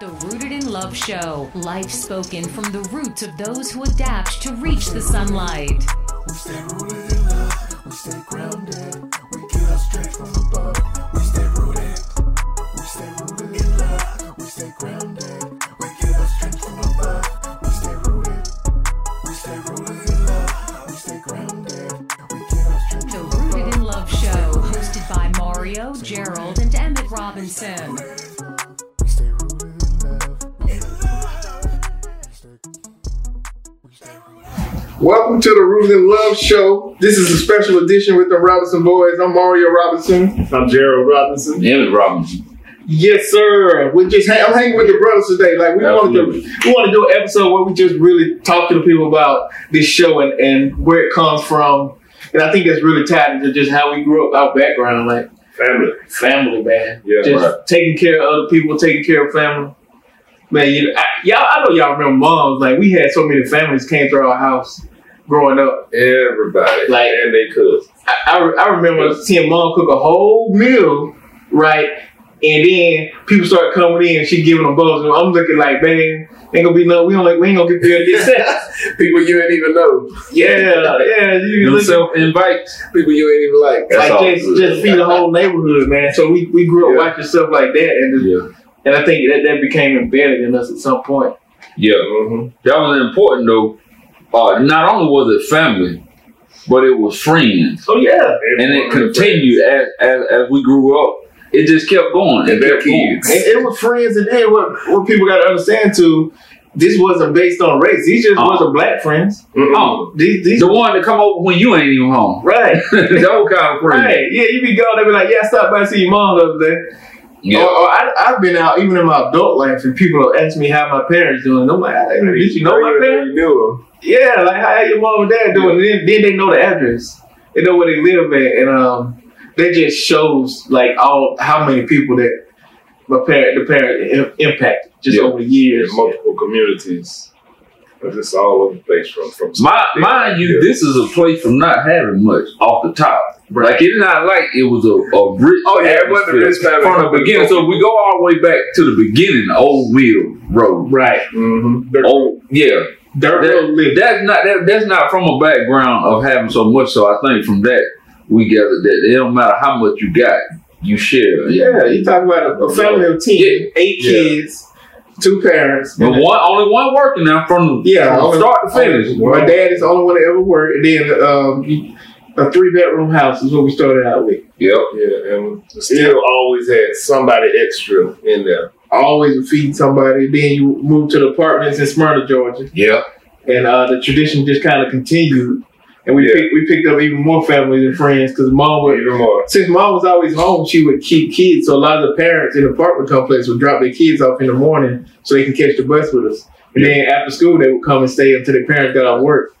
The Rooted in Love Show, life spoken from the roots of those who adapt to reach the sunlight. We stay rooted in love, we stay grounded. We get our strength from above, we stay rooted. We stay rooted in love, we stay grounded. We get our strength from above, we stay rooted. We stay rooted in love, we stay grounded. We get our strength The from Rooted in above. Love Show, hosted by Mario, Gerald, and Emmett Robinson. We stay rooted in love, in love. We stay, we stay rooted. Welcome to the Rooted in Love Show. This is a special edition with the Robinson Boys. I'm Mario Robinson. I'm Gerald Robinson. Emmett Robinson. Yes, sir. We just hang, I'm hanging with the brothers today. Like we wanted to, Absolutely. we want to do an episode where we just really talk to the people about this show and, and where it comes from. And I think that's really tied into just how we grew up, our background, like Family. family, man. Yeah, just right. taking care of other people, taking care of family. Man, you, I, y'all, I know y'all remember moms. Like we had so many families came through our house growing up. Everybody. Like- and they cook. I, I, I remember seeing mom cook a whole meal, right? And then people start coming in and she giving them bubbles. And I'm looking like, man, ain't gonna be no, we don't like, we ain't gonna get there this people you ain't even know. Yeah, yeah, you You look self invite people you ain't even like. That's all like just, good. just feed the whole neighborhood, man. So we, we grew up Yeah. watching stuff like that, and just, Yeah. and I think that that became embedded in us at some point. Yeah. Mm-hmm. That was important though. Uh, not only was it family, but it was friends. So yeah, and it continued as, as, as we grew up. It just kept going. It And their kept going. kids. it, it was friends, and then what what people got to understand too, this wasn't based on race. These just Uh-uh. wasn't black friends. Mm-hmm. Oh, These these the one that come over when you ain't even home. right. that was kind of friend. Right. Yeah, you be gone. They be like, yeah, I stopped by to see your mom the other day. Or, Yeah. or I, I've been out even in my adult life, and people ask me how my parents doing. I'm like, hey, did you know my parents? You knew Yeah, like how your mom and dad doing? And then, then they know the address. They know where they live at, and um, that just shows like all how many people that my parent, the parent im- impacted just Yeah. over the years. in multiple communities. It's just all over the place from from My, mind you, this is a place from not having much off the top. Like it's not like it was a, a rich. Oh, yeah, it wasn't a rich family. atmosphere from the beginning. So if we go all the way back to the beginning, Old Mill Road. Right. him. Mm-hmm. Oh yeah, Dirt That- road living. that's not that, that's not from a background of having so much. So I think from that we gathered that it don't matter how much you got, you share. Yeah, you talk about a, a family of ten, Yeah. eight Yeah. kids, two parents. But one, only one working now from Yeah, from only- start to finish. My dad is the only one that ever worked, and then um, a three bedroom house is what we started out with. Yep. yeah, and still always had somebody extra in there. Always feeding somebody. Then you moved to the apartments in Smyrna, Georgia, Yep. and uh, the tradition just kind of continued. And we Yeah. picked, we picked up even more families and friends because mom would. Oh, Even more. Since mom was always home, she would keep kids. So a lot of the parents in the apartment complex would drop their kids off in the morning so they can catch the bus with us. And then after school, they would come and stay until their parents got off work.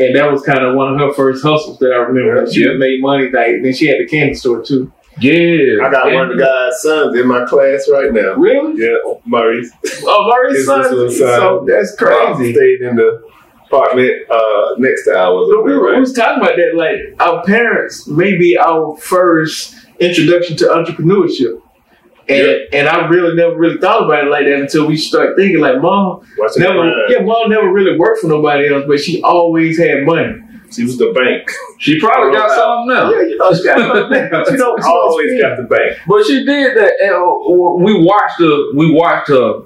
And that was kind of one of her first hustles that I remember. Like, she Yeah. made money. Like then she had the candy store too. Yeah. I got one of the guy's sons in my class right now. Really? Yeah, Maurice. Oh, Murray's His son. little son. So that's crazy. Stayed in the apartment uh, next to ours. So over we, there, were, we Right? was talking about that. Like our parents, maybe our first introduction to entrepreneurship. And, and I really never really thought about it like that until we start thinking like mom Watching the never grind. yeah mom never really worked for nobody else but she always had money She was the bank. She probably got something now. yeah you know she got money she don't she always got the bank. But she did that. and, uh, we watched her. We watched her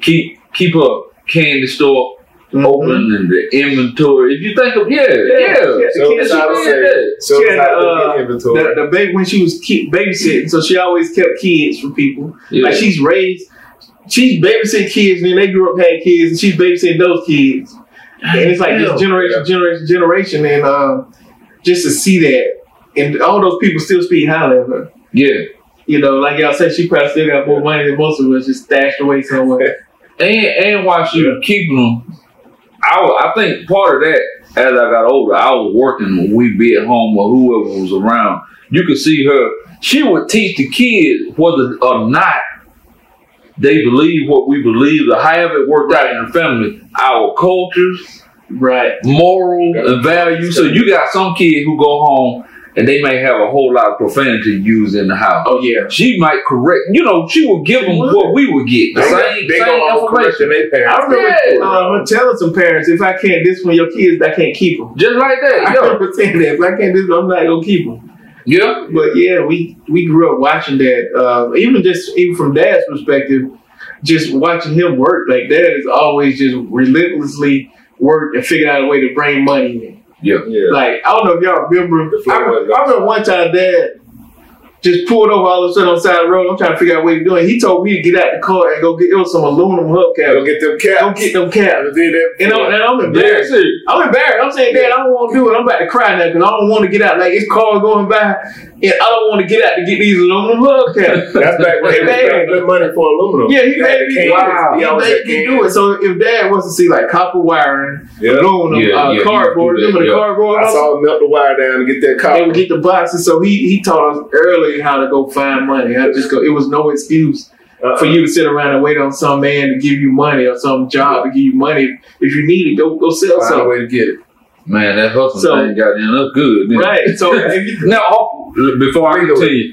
keep keep her candy store open and the inventory. If you think of yeah, Mm-hmm. yeah, yeah. So She as she I had, would did say, that. so She as had, I would uh, get the, inventory. the baby when she was keep babysitting so she always kept kids from people Yeah. Like she's raised, she's babysitting kids, and then they grew up had kids, and she's babysitting those kids. And it's like Damn. this generation, generation, generation, and um, just to see that, and all those people still speak highly of her. yeah. You know, like y'all said, she probably still got more money than most of us, just stashed away somewhere. And and while she was keeping them, I wa- I think part of that as I got older, I was working when we be at home or whoever was around. You could see her. She would teach the kids whether or not they believe what we believe, or however it worked out in the family, our cultures. right. moral and value. So you got some kid who go home and they may have a whole lot of profanity used in the house. Oh yeah. She might correct, you know, she would give them what we would get. The They- same, they same gonna information. overcorrection their parents. I remember Uh, I'm telling some parents if I can't this one, your kids, I can't keep them. just like that. I Yo. understand that. If I can't this one, I'm not gonna keep them. yeah. But yeah, we we grew up watching that. Uh, even just even from dad's perspective, just watching him work like dad is always just relentlessly work and figure out a way to bring money in. Yeah. Like I don't know if y'all remember. The I, floor re- wasn't- I remember one time dad just pulled over all of a sudden on the side of the road. I'm trying to figure out what he's doing. He told me to get out the car and go get it was some aluminum Go hubcaps. get Go them cats. get them caps. Did that. And I'm, and I'm Yeah, embarrassed. see. I'm embarrassed. I'm saying, Dad, I don't want to do it. I'm about to cry now because I don't want to get out. Like, it's cars going by, and I don't want to get out to get these aluminum hubcaps. That's back when they was Man. paying good money for aluminum. yeah, he You had made the me cans. do it. You He always made had me cans. do it. So if Dad wants to see, like, copper wiring, Yeah. aluminum, Yeah, uh, yeah, he would do cardboard, that, remember the yeah. cardboard? I saw him melt the wire down to get they that copper. would get the boxes. So he he taught us early how to go find money. How to just go. It was no excuse Uh, for you to sit around and wait on some man to give you money or some job to give you money. If you need it, go go sell Find a something. way to get it. Man, that hustle So- thing got in up good. didn't it? Right. So if you, Now, oh, before I Legally.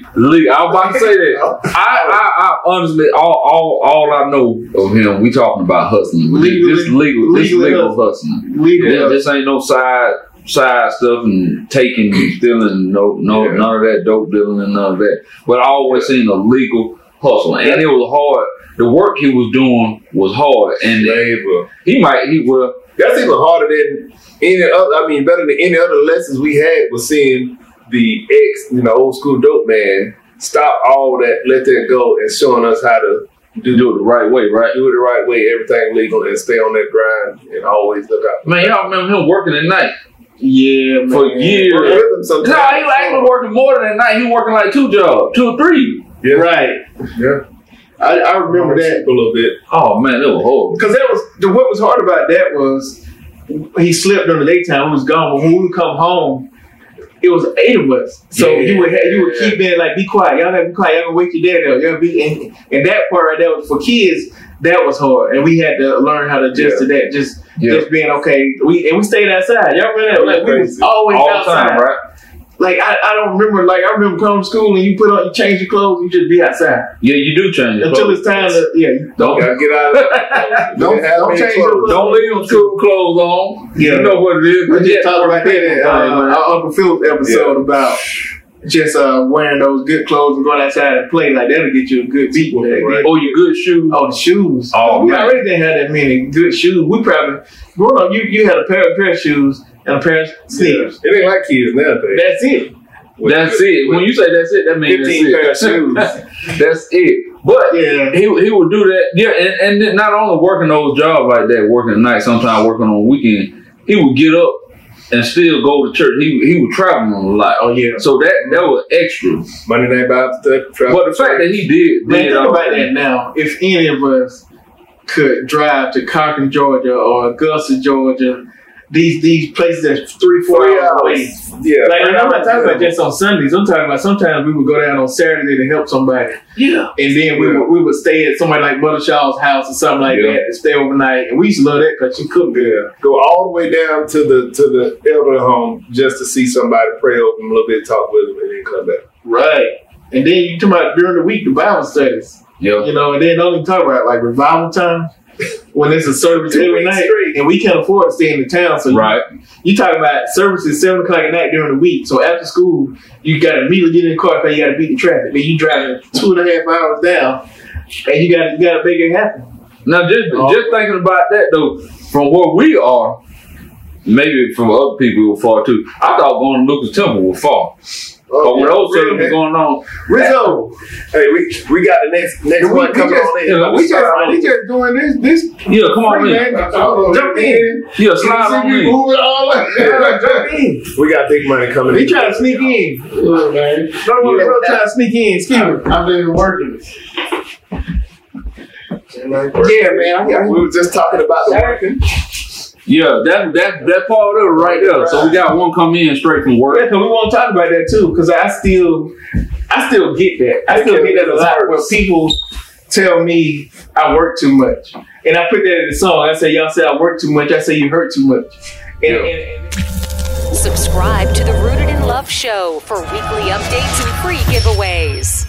continue, legal, I was about to say that. I, I, I honestly, all, all, all I know of him, we talking about hustling. Legally- this legal, this legally legal hustling. legal. This, this ain't no side, side stuff and taking, and stealing, no, no, Yeah. none of that dope dealing and none of that. But I always seen a legal hustle, and it was hard. The work he was doing was hard, and Labor. he might, he well, That's even harder than any other. I mean, better than any other lessons we had was seeing the ex, you know, old school dope man stop all that, let that go, and showing us how to do it the right way, right? do it the right way, everything legal, and stay on that grind and always look out. Man, y'all remember him working at night yeah, man. for years. Work with them No, sometimes. he was actually working more than that. He working like two jobs, two or three. Yeah. Right. Yeah. I, I remember that a little bit. Oh man, it was horrible. because that was the what was hard about that was he slept during the daytime. He was gone, but when we would come home. It was eight of us, so Yeah. you would ha- you would keep there like be quiet, y'all gotta be quiet, y'all gonna wake your dad up, y'all be and, and that part right there was for kids. That was hard, and we had to learn how to adjust to that. Just Yeah, just being okay. We and we stayed outside. Y'all remember that? Like we was Crazy. always all the outside. time, right? Like I, I don't remember. Like I remember coming to school and you put on, you change your clothes, you just be outside Yeah, you do change. your until clothes. it's time to yeah. don't Gotta get out of Don't have don't any change your clothes. clothes. don't leave them school clothes on. Yeah. You know what it is. We But yeah, just talked about that in uh, man. our Uncle Phil's episode about just uh, wearing those good clothes and going outside and play. Like that'll get you a good beat. with that. or your good shoes. Oh, the shoes. Oh, we man. already didn't have that many good shoes. We probably growing up, you you had a pair of pair of shoes and a pair of sneakers. It ain't like kids nowadays. That's it. that's it. When you say that's it, that means 15 pair of that's shoes. it. that's it. But Yeah. he he would do that. Yeah, and, and then not only working those jobs like that, working at night, sometimes working on weekend, he would get up and still go to church. He he was traveling a lot. Oh yeah. So that that was extra. Monday Night Bible study. Travel. But the fact that he did, Man, did think all about that. that now. If any of us could drive to Cochran, Georgia, or Augusta, Georgia, these these places that's three, four Three hours, hours. away. Yeah. Like, and I'm not talking about just on Sundays. I'm talking about sometimes we would go down on Saturday to help somebody, Yeah, and then we would, we would stay at somebody like Mother Shaw's house or something like Yeah. that and stay overnight. And we used to love that because she cooked good. Yeah. Go all the way down to the to the elder home just to see somebody pray over them a little bit, talk with them, and then come back. Right. And then you talk about during the week the Bible studies, yeah. you know, and then don't even talk about like revival time when it's a service Two every weeks night, straight. and we can't afford to stay in the town, so you Right. you talking about services seven o'clock at night during the week. So after school, you got to immediately get in the car because you got to beat the traffic. Then you driving two and a half hours down, and you got to you got to make it happen. Now just Oh. just thinking about that though, from where we are, maybe from other people who far too. I thought going to Lucas Temple was far, Oh, but when Oh, those really? things were going on, Rizzo, Hey, we we got the next next we, we one just, coming on in. we just we just doing this this yeah, come on free, in, man. Jump in, yeah, slide on you in. moving all up. Jump in. we got big money coming. He in. trying to sneak in. Look, man, No one yeah. trying to sneak in. Excuse me. I've been working. And I- Yeah, man. I, I, We were just talking about the working. Yeah, that that that part of it right there. So we got one come in straight from Yeah, work. 'cause we want to talk about that too. Because I still, I still get that. I still get that a lot. Where people tell me I work too much, and I put that in the song. I say, y'all say I work too much. I say you hurt too much. And, and, and Subscribe to the Rooted in Love Show for weekly updates and free giveaways.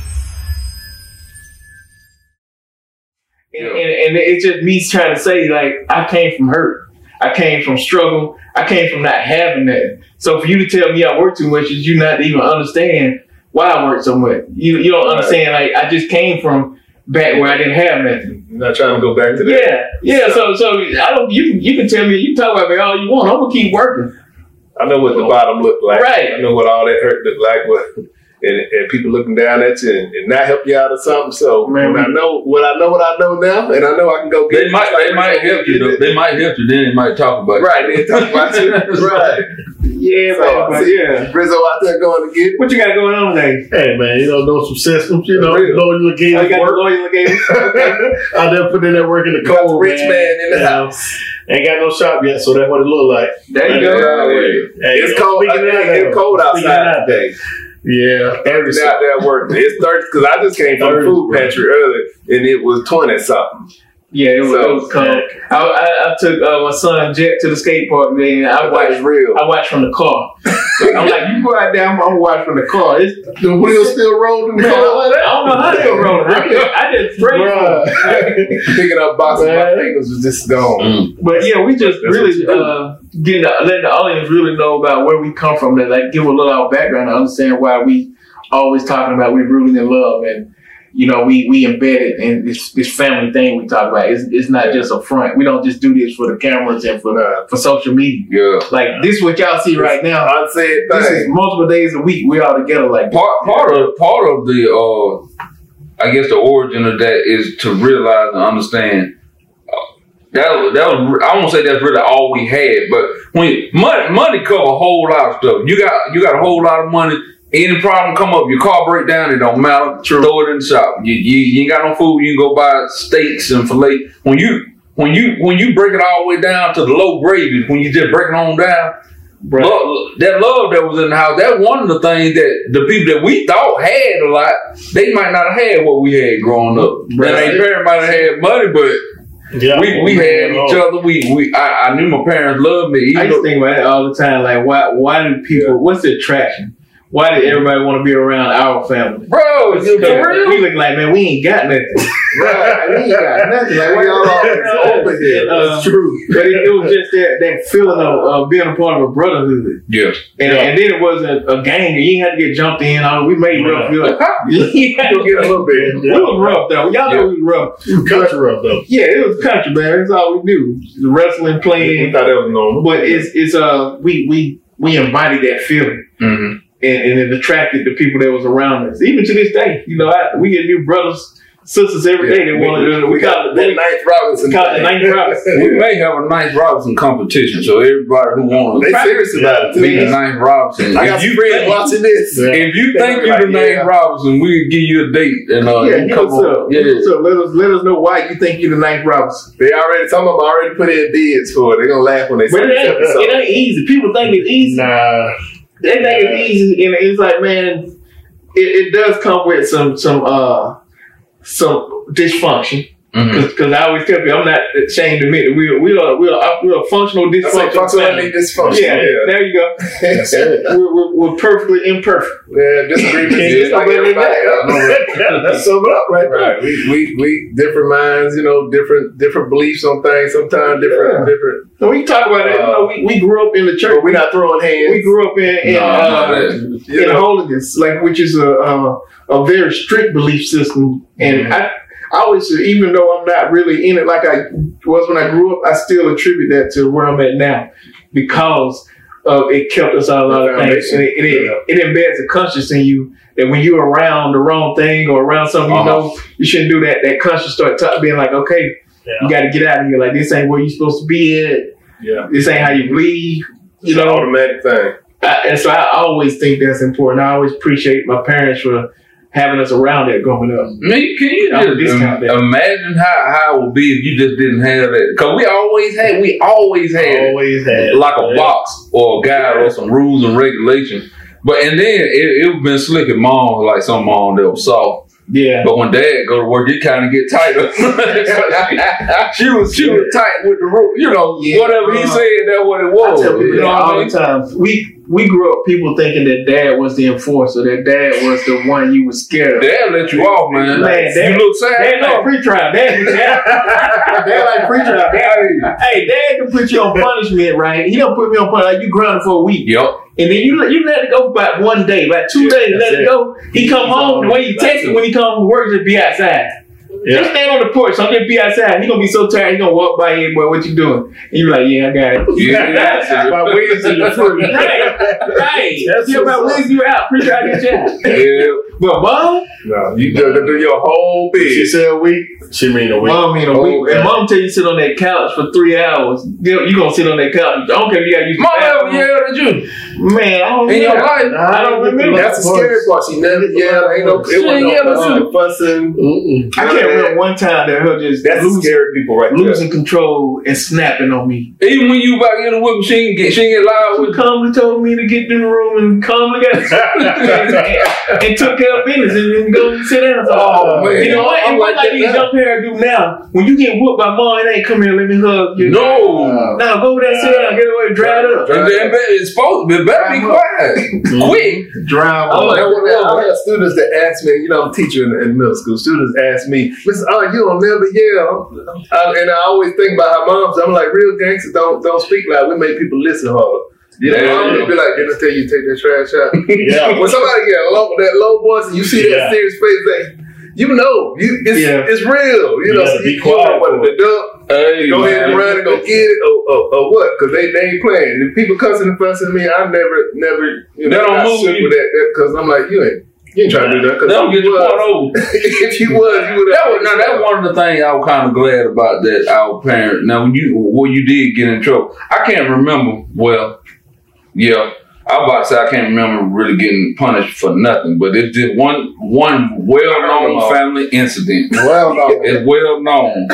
And, and, and it's just me trying to say, like, I came from hurt. I came from struggle. I came from not having that. So for you to tell me I work too much is you not even understand why I work so much. You you don't understand, like, I just came from back where I didn't have nothing. You're not trying to go back to that. Yeah. Yeah. So so I don't you can you can tell me you can talk about me all you want. I'm gonna keep working. I know what the bottom looked like. Right. I know what all that hurt looked like. What and, and people looking down at you and, and not help you out or something. So Man, when we- I know what I know what I know now, and I know I can go get. They might, they might help you. Though. They might help you. Then they might talk about you. Right. They talk about you. right. Yeah, So, man, but yeah. Rizzo out there going to get. What you got going on today? Hey man, you know, know some systems, you know, Real. know your game I got the work. lawyer game. Out there putting that work in the Got the cold. rich man in the You know, Ain't got no shop yet, so that's what it look like. There you go. Hey, It's yo, cold. uh, speaking of that, It's though, cold speaking of outside that, today. Yeah. Every day out there working. It's thirty because I just came from the Thirty, food bro. pantry earlier and it was twenty something. Yeah, it was, So- it was cold. I, I, I took uh, my son Jet to the skate park, man. and I I was watched like, real. I watch from the car. I'm like, you go out there, I'm gonna watch from the car. It's, The wheels still rolling. man, I don't know how to go rolling. I just, I just pray for it. Picking up boxes, my Man. fingers was just gone. Mm. But yeah, we just That's really what you do. uh, getting the, letting the audience really know about where we come from. That like give a little our background to understand why we always talking about we're rooted in love and. You know, we we embedded in this this family thing we talk about. It's, it's not just a front. We don't just do this for the cameras and for the, for social media. Yeah. Like this, what y'all see right now. Unsaid This is thing. multiple days a week. We all together like that. Part part of part of the uh, I guess the origin of that is to realize and understand. uh, That was, that was I won't say that's really all we had, but when money money cover a whole lot of stuff. You got you got a whole lot of money. Any problem come up, your car break down, it don't matter. Throw it in the shop. You, you, you ain't got no food. You can go buy steaks and fillet. When you when you when you break it all the way down to the low gravy, when you just break it on down, Lo- that love that was in the house, that one of the things that the people that we thought had a lot, they might not have had what we had growing up. And Right. ain't parents might have had money, but Yeah. we, we had each other. We we I, I knew my parents loved me. I Even used to though, think about that all the time. Like, why? Why do people? What's the attraction? Why did everybody want to be around our family? bro, it's for real. We look like, man, we ain't got nothing. Right. we ain't got nothing. Like, we all Yeah. over here. Uh, true. but it, it was just that that feeling of uh, being a part of a brotherhood, yeah, and, Yeah. and then it wasn't a gang. You ain't had to get jumped in. Oh, we made rough. You like, You'll get a little bit. we was rough though. Y'all know Yeah. we was rough. Culture up though. Yeah, it was country, man. That's all we do. Wrestling, We playing, thought that was normal. but it's it's uh we we we embodied that feeling. mm-hmm. and, and it attracted the people that was around us. Even to this day, you know, I, we get new brothers, sisters every day. They want to. We got that the ninth Robinson. call it thing. ninth Robinson. we may have a nice Robinson competition. So everybody who wants They to serious about it. be the too. ninth Robinson, I if got you some friends think, watching this. Yeah. if you They think look you the like, ninth yeah. Robinson, we give you a date and uh, Yeah, hit you come us on. up. Yeah, Hit us up. Let us let us know why you think you're the ninth Robinson. They already, some of them already put in bids for it. They're going to laugh when they see But it ain't, this episode. it ain't easy. People think it's easy. Nah. They think it's easy, and it's like, man, it, it does come with some some uh some dysfunction. Mhm. Because I always tell people, I'm not ashamed to admit that we're we're we're we're a functional That's like dysfunctional functionally family. dysfunctional. Yeah, there you go. That's it. We're, we're, we're perfectly imperfect. Yeah, disagreement is like Yeah. everybody else. That's sum it up right Right. We, we we different minds, you know, different different beliefs on things, sometimes different different So we can talk about that. You know, we, we grew up in the church. but we're not throwing hands. We grew up in in, No, uh, not that. you in know, holiness, like which is a uh, a very strict belief system. And I I always, even though I'm not really in it like I was when I grew up, I still attribute that to where I'm at now because of it kept us out of a lot of things, and it, and it, it embeds a conscience in you that when you're around the wrong thing or around something you Uh-huh. know you shouldn't do that, that conscience start ta- being like, okay, you got to get out of here. Like this ain't where you supposed to be at. Yeah. This ain't how you believe. You it's an know, automatic thing. I, and so I always think that's important. I always appreciate my parents for having us around there growing up. Me, can you Y'all just discount im- that. imagine how, how it would be if you just didn't have that? Because we always had, we always had Always had. like a Yeah. box or a guide or some rules and regulations. But and then it it been slick and mom was like some mom that was soft. Yeah. But when dad go to work, it kind of get tighter. she was she was tight with the rope, you know. Yeah. uh-huh. whatever he said, that what it I was. tell people You know that what I Oh, all mean? the time. We we grew up people thinking that dad was the enforcer, that dad was the one you was scared of. Dad let you off, Man, man. Dad- you look sad. Dad like no. pre-trial. Dad, dad, dad like pre-trial. Dad- hey, dad can put you on punishment, right? He don't put me on punishment. Like you grounded for a week, Yep. and then you let- you let it go for about one day, about two days. that's Let it, it. go. He come He's home on the way he it. That's texted it. when he come from work, just be outside. Just Yeah. stand on the porch. I'm just be outside. He gonna be so tired. He gonna walk by you, boy. What you doing? And you be like, yeah, I got it. Yeah, that's it. By Wednesday, you're free. Right, right. That's yeah, by what's up. Wednesday, you out. Pretty sure I get you out. Yeah. But mom, No, you just do your whole She bit. said a week. She mean a week. mom mean a week. Okay. And mom tell you sit on that couch for three hours. You you gonna sit on that couch? I don't care if you got to use the Mom ever bathroom. yelled at you Man, I don't in your know. life? I don't remember. That's the scary part. She never yelled. Ain't no, She it wasn't ain't no yelling. fussing, fussing. Mm-mm. I can't remember one time that her just That's the losing, scary people right there. losing control and snapping on me. Even when you back in the whip, she ain't get she ain't get loud who with. calmly told me to get in the room and calmly got and, and took care of business and then go sit down. So, Oh, man. You know what? It I'm wasn't like like that these now. young parents do now. When you get whooped by mom, it ain't come here, let me hug you. No. Now go over there, sit down, get away, dry it up. And then bet- it's supposed to be better be quiet, quick. Dry I'm Oh like, up. I have students that ask me, you know, I'm a teacher in, in middle school. Students ask me, Miss, oh, you don't never yell. Uh, and I always think about how moms, I'm like, real gangsters don't don't speak loud. We make people listen harder. You know, Yeah. mom would be like, didn't I tell you to take that trash out? Yeah. when somebody get low, that low voice and you see Yeah. that serious face, they, you know, you, it's, Yeah. it's real. You You know, gotta so be you know quiet whether for to duck, Hey, go ahead man. and run and go get it, or, or, or what? Because they, they ain't playing. If people cussing and fussing at me, I never, never, They you know, don't I move sit you. with that because I'm like, you ain't, you ain't trying to do that. Cause That don't if get you your was, point over. if you was, you would That was now that's one of the things I was kind of glad about that our parent. Now when you well you did get in trouble. I can't remember. Well, yeah, I was about to say I can't remember really getting punished for nothing. But it's just one one well known family incident. Well, no. It's well known.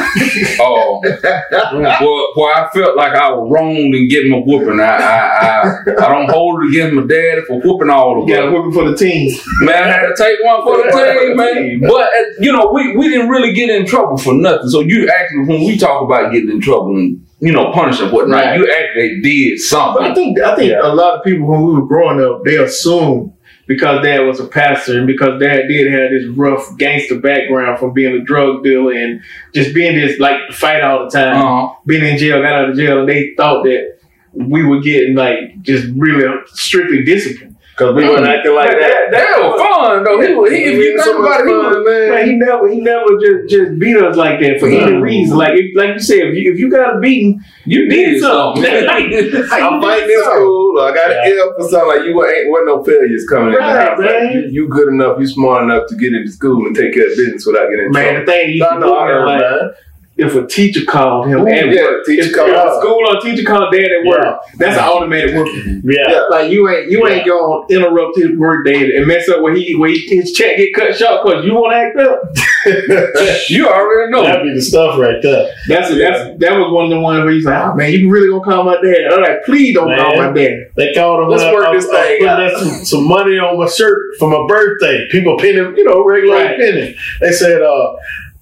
Oh, where, where I felt like I was wronged in getting a whooping. I I, I, I don't hold it against my daddy for whooping all of You us. got whooping for the team. Man, I had to take one for the team, man. But uh, you know, we, we didn't really get in trouble for nothing. So you actually, when we talk about getting in trouble and you know punishing whatnot, Right. you actually did But I something. think I think a lot of people when we were growing up, they assumed because dad was a pastor and because dad did have this rough gangster background from being a drug dealer and just being this like fight all the time. Uh, been in jail, got out of jail, and they thought that we were getting like just really strictly disciplined. Mm. Because we wasn't acting like that. that was fun though. He, was- he, if you It's think so much about it, he was fun, man. Like, he never, he never just just beat us like that for any Mm. reason. Like, if, like you said, if you if you got a beating, you did something. I'm fighting in school. or I got an L for something like you ain't wasn't no failures coming in the Right, house. man. Like, you, you good enough, you smart enough to get into school and take care of business without getting in man, the trouble. thing you I can do know, I is, heard, like man. if a teacher called him, and Yeah, teacher if, called if us. school or teacher called dad at work, that's an automatic work. Yeah. Like you ain't you ain't gonna interrupt his work day and mess up where he where he, his check get cut short because you want to act up. You already Oh. know. That'd be the stuff right there. That's that's that was one of the ones where he's like, oh man, you really gonna call my dad? All right, please don't call Man. my dad. They called him. Let's up, work I- this I thing put out. that some, some money on my shirt for my birthday. People pinning, you know, regular Right. pinning. They said, uh,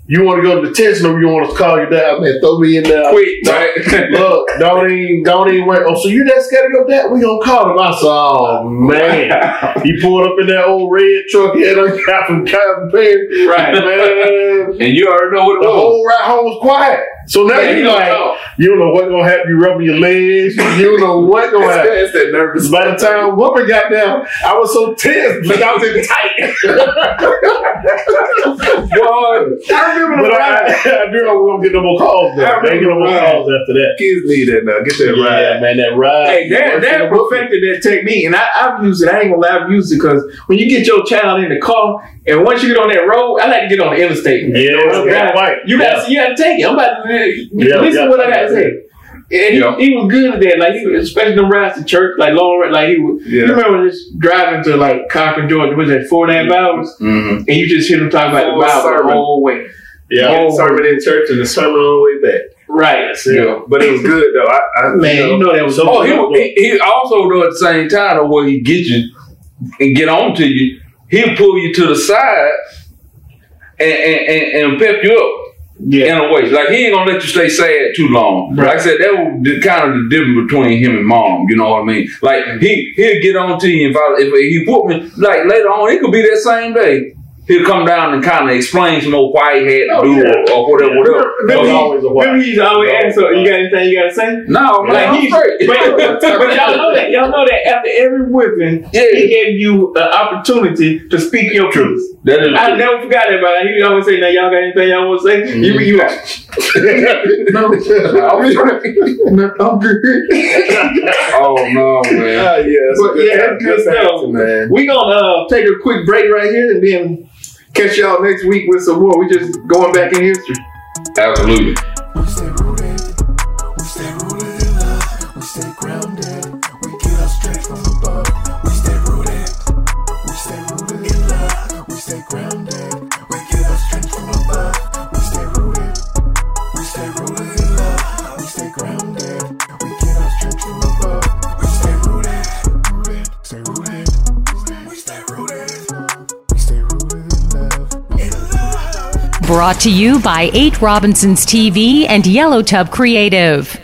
"You want to go to detention, or you want to call your dad? I mean, throw me in there." Quick, right? Look, don't even, don't even wait. Oh, so you that scared of your dad? We gonna call him. I said, oh man, he pulled up in that old red truck. He had a guy from Cotton Pen. Right. Man, and you already know what it the was. whole ride home was quiet. So now Man, you you don't like, know. you don't know what gonna happen. You rubbing your legs. You don't know what gonna happen. It's that nervous. By the time Whooper got down, I was so tense because I was in tight. Boy, I remember But I, I knew I won't get no more calls. Though. I didn't get no more calls after that. Kids need that now. Get that right. Yeah, man, that ride. Hey, that, that perfected that technique, and I, I've used it. I ain't gonna lie, I've used it because when you get your child in the car, and once you get on that road, I like to get on the interstate. yeah, I'm that glad- bike. You yeah. got to you got to take it. I'm about to uh, Yeah, listen yeah. to what I got to say. And Yeah. he, he was good at that. Like he was especially the rides to church, like long ride. Like he was. Yeah. You remember just driving to like Cochran, Georgia, was that four and a half hours, and Mhm. you just hear them talk about the Full Bible the sermon. whole way. Yeah. Get a sermon in church and the sermon on the way back. Right. Yeah. But it was good though. I, I Man, you know that was Oh, so he, he will- he, he also do at the same time though, where he get you and get on to you. He'll pull you to the side and and, and, and pep you up. Yeah. in a way. Like he ain't gonna let you stay sad too long. Right. Like I said, that was the, kind of the difference between him and mom. You know what I mean? Like he he'll get on to you if I, if he whoop me. Like later on, it could be that same day. He'll come down and kind of explain some more why he had to do or, or whatever, whatever. Remember, But he, he- always a why. remember he's always answer. You got anything you gotta say? no, Like man, he- he's straight. But, but y'all know that y'all know that after every whipping, he yeah, gave you an opportunity to speak your truth. that is I never forgot that, man. He always say, "Now y'all got anything y'all want to say?" You, you like, No, I'm sorry. No, I'm good. Oh no, man. Ah, yeah, that's But a good, yeah, that's a good good stuff. answer, man. we gonna uh, take a quick break right here and then catch y'all next week with some more. We just going back in history. Absolutely. We stay rooted, we stay rooted in love, we stay grounded, we get our strength from above. We stay rooted, we stay rooted in love, we stay grounded, we get our strength from above. We stay rooted, we stay rooted in love, we stay grounded, we get our strength from above. We stay rooted, rooted, stay rooted, we stay rooted, we stay rooted in love, in love. Brought to you by 8 Robinsons TV and Yellow Tub Creative.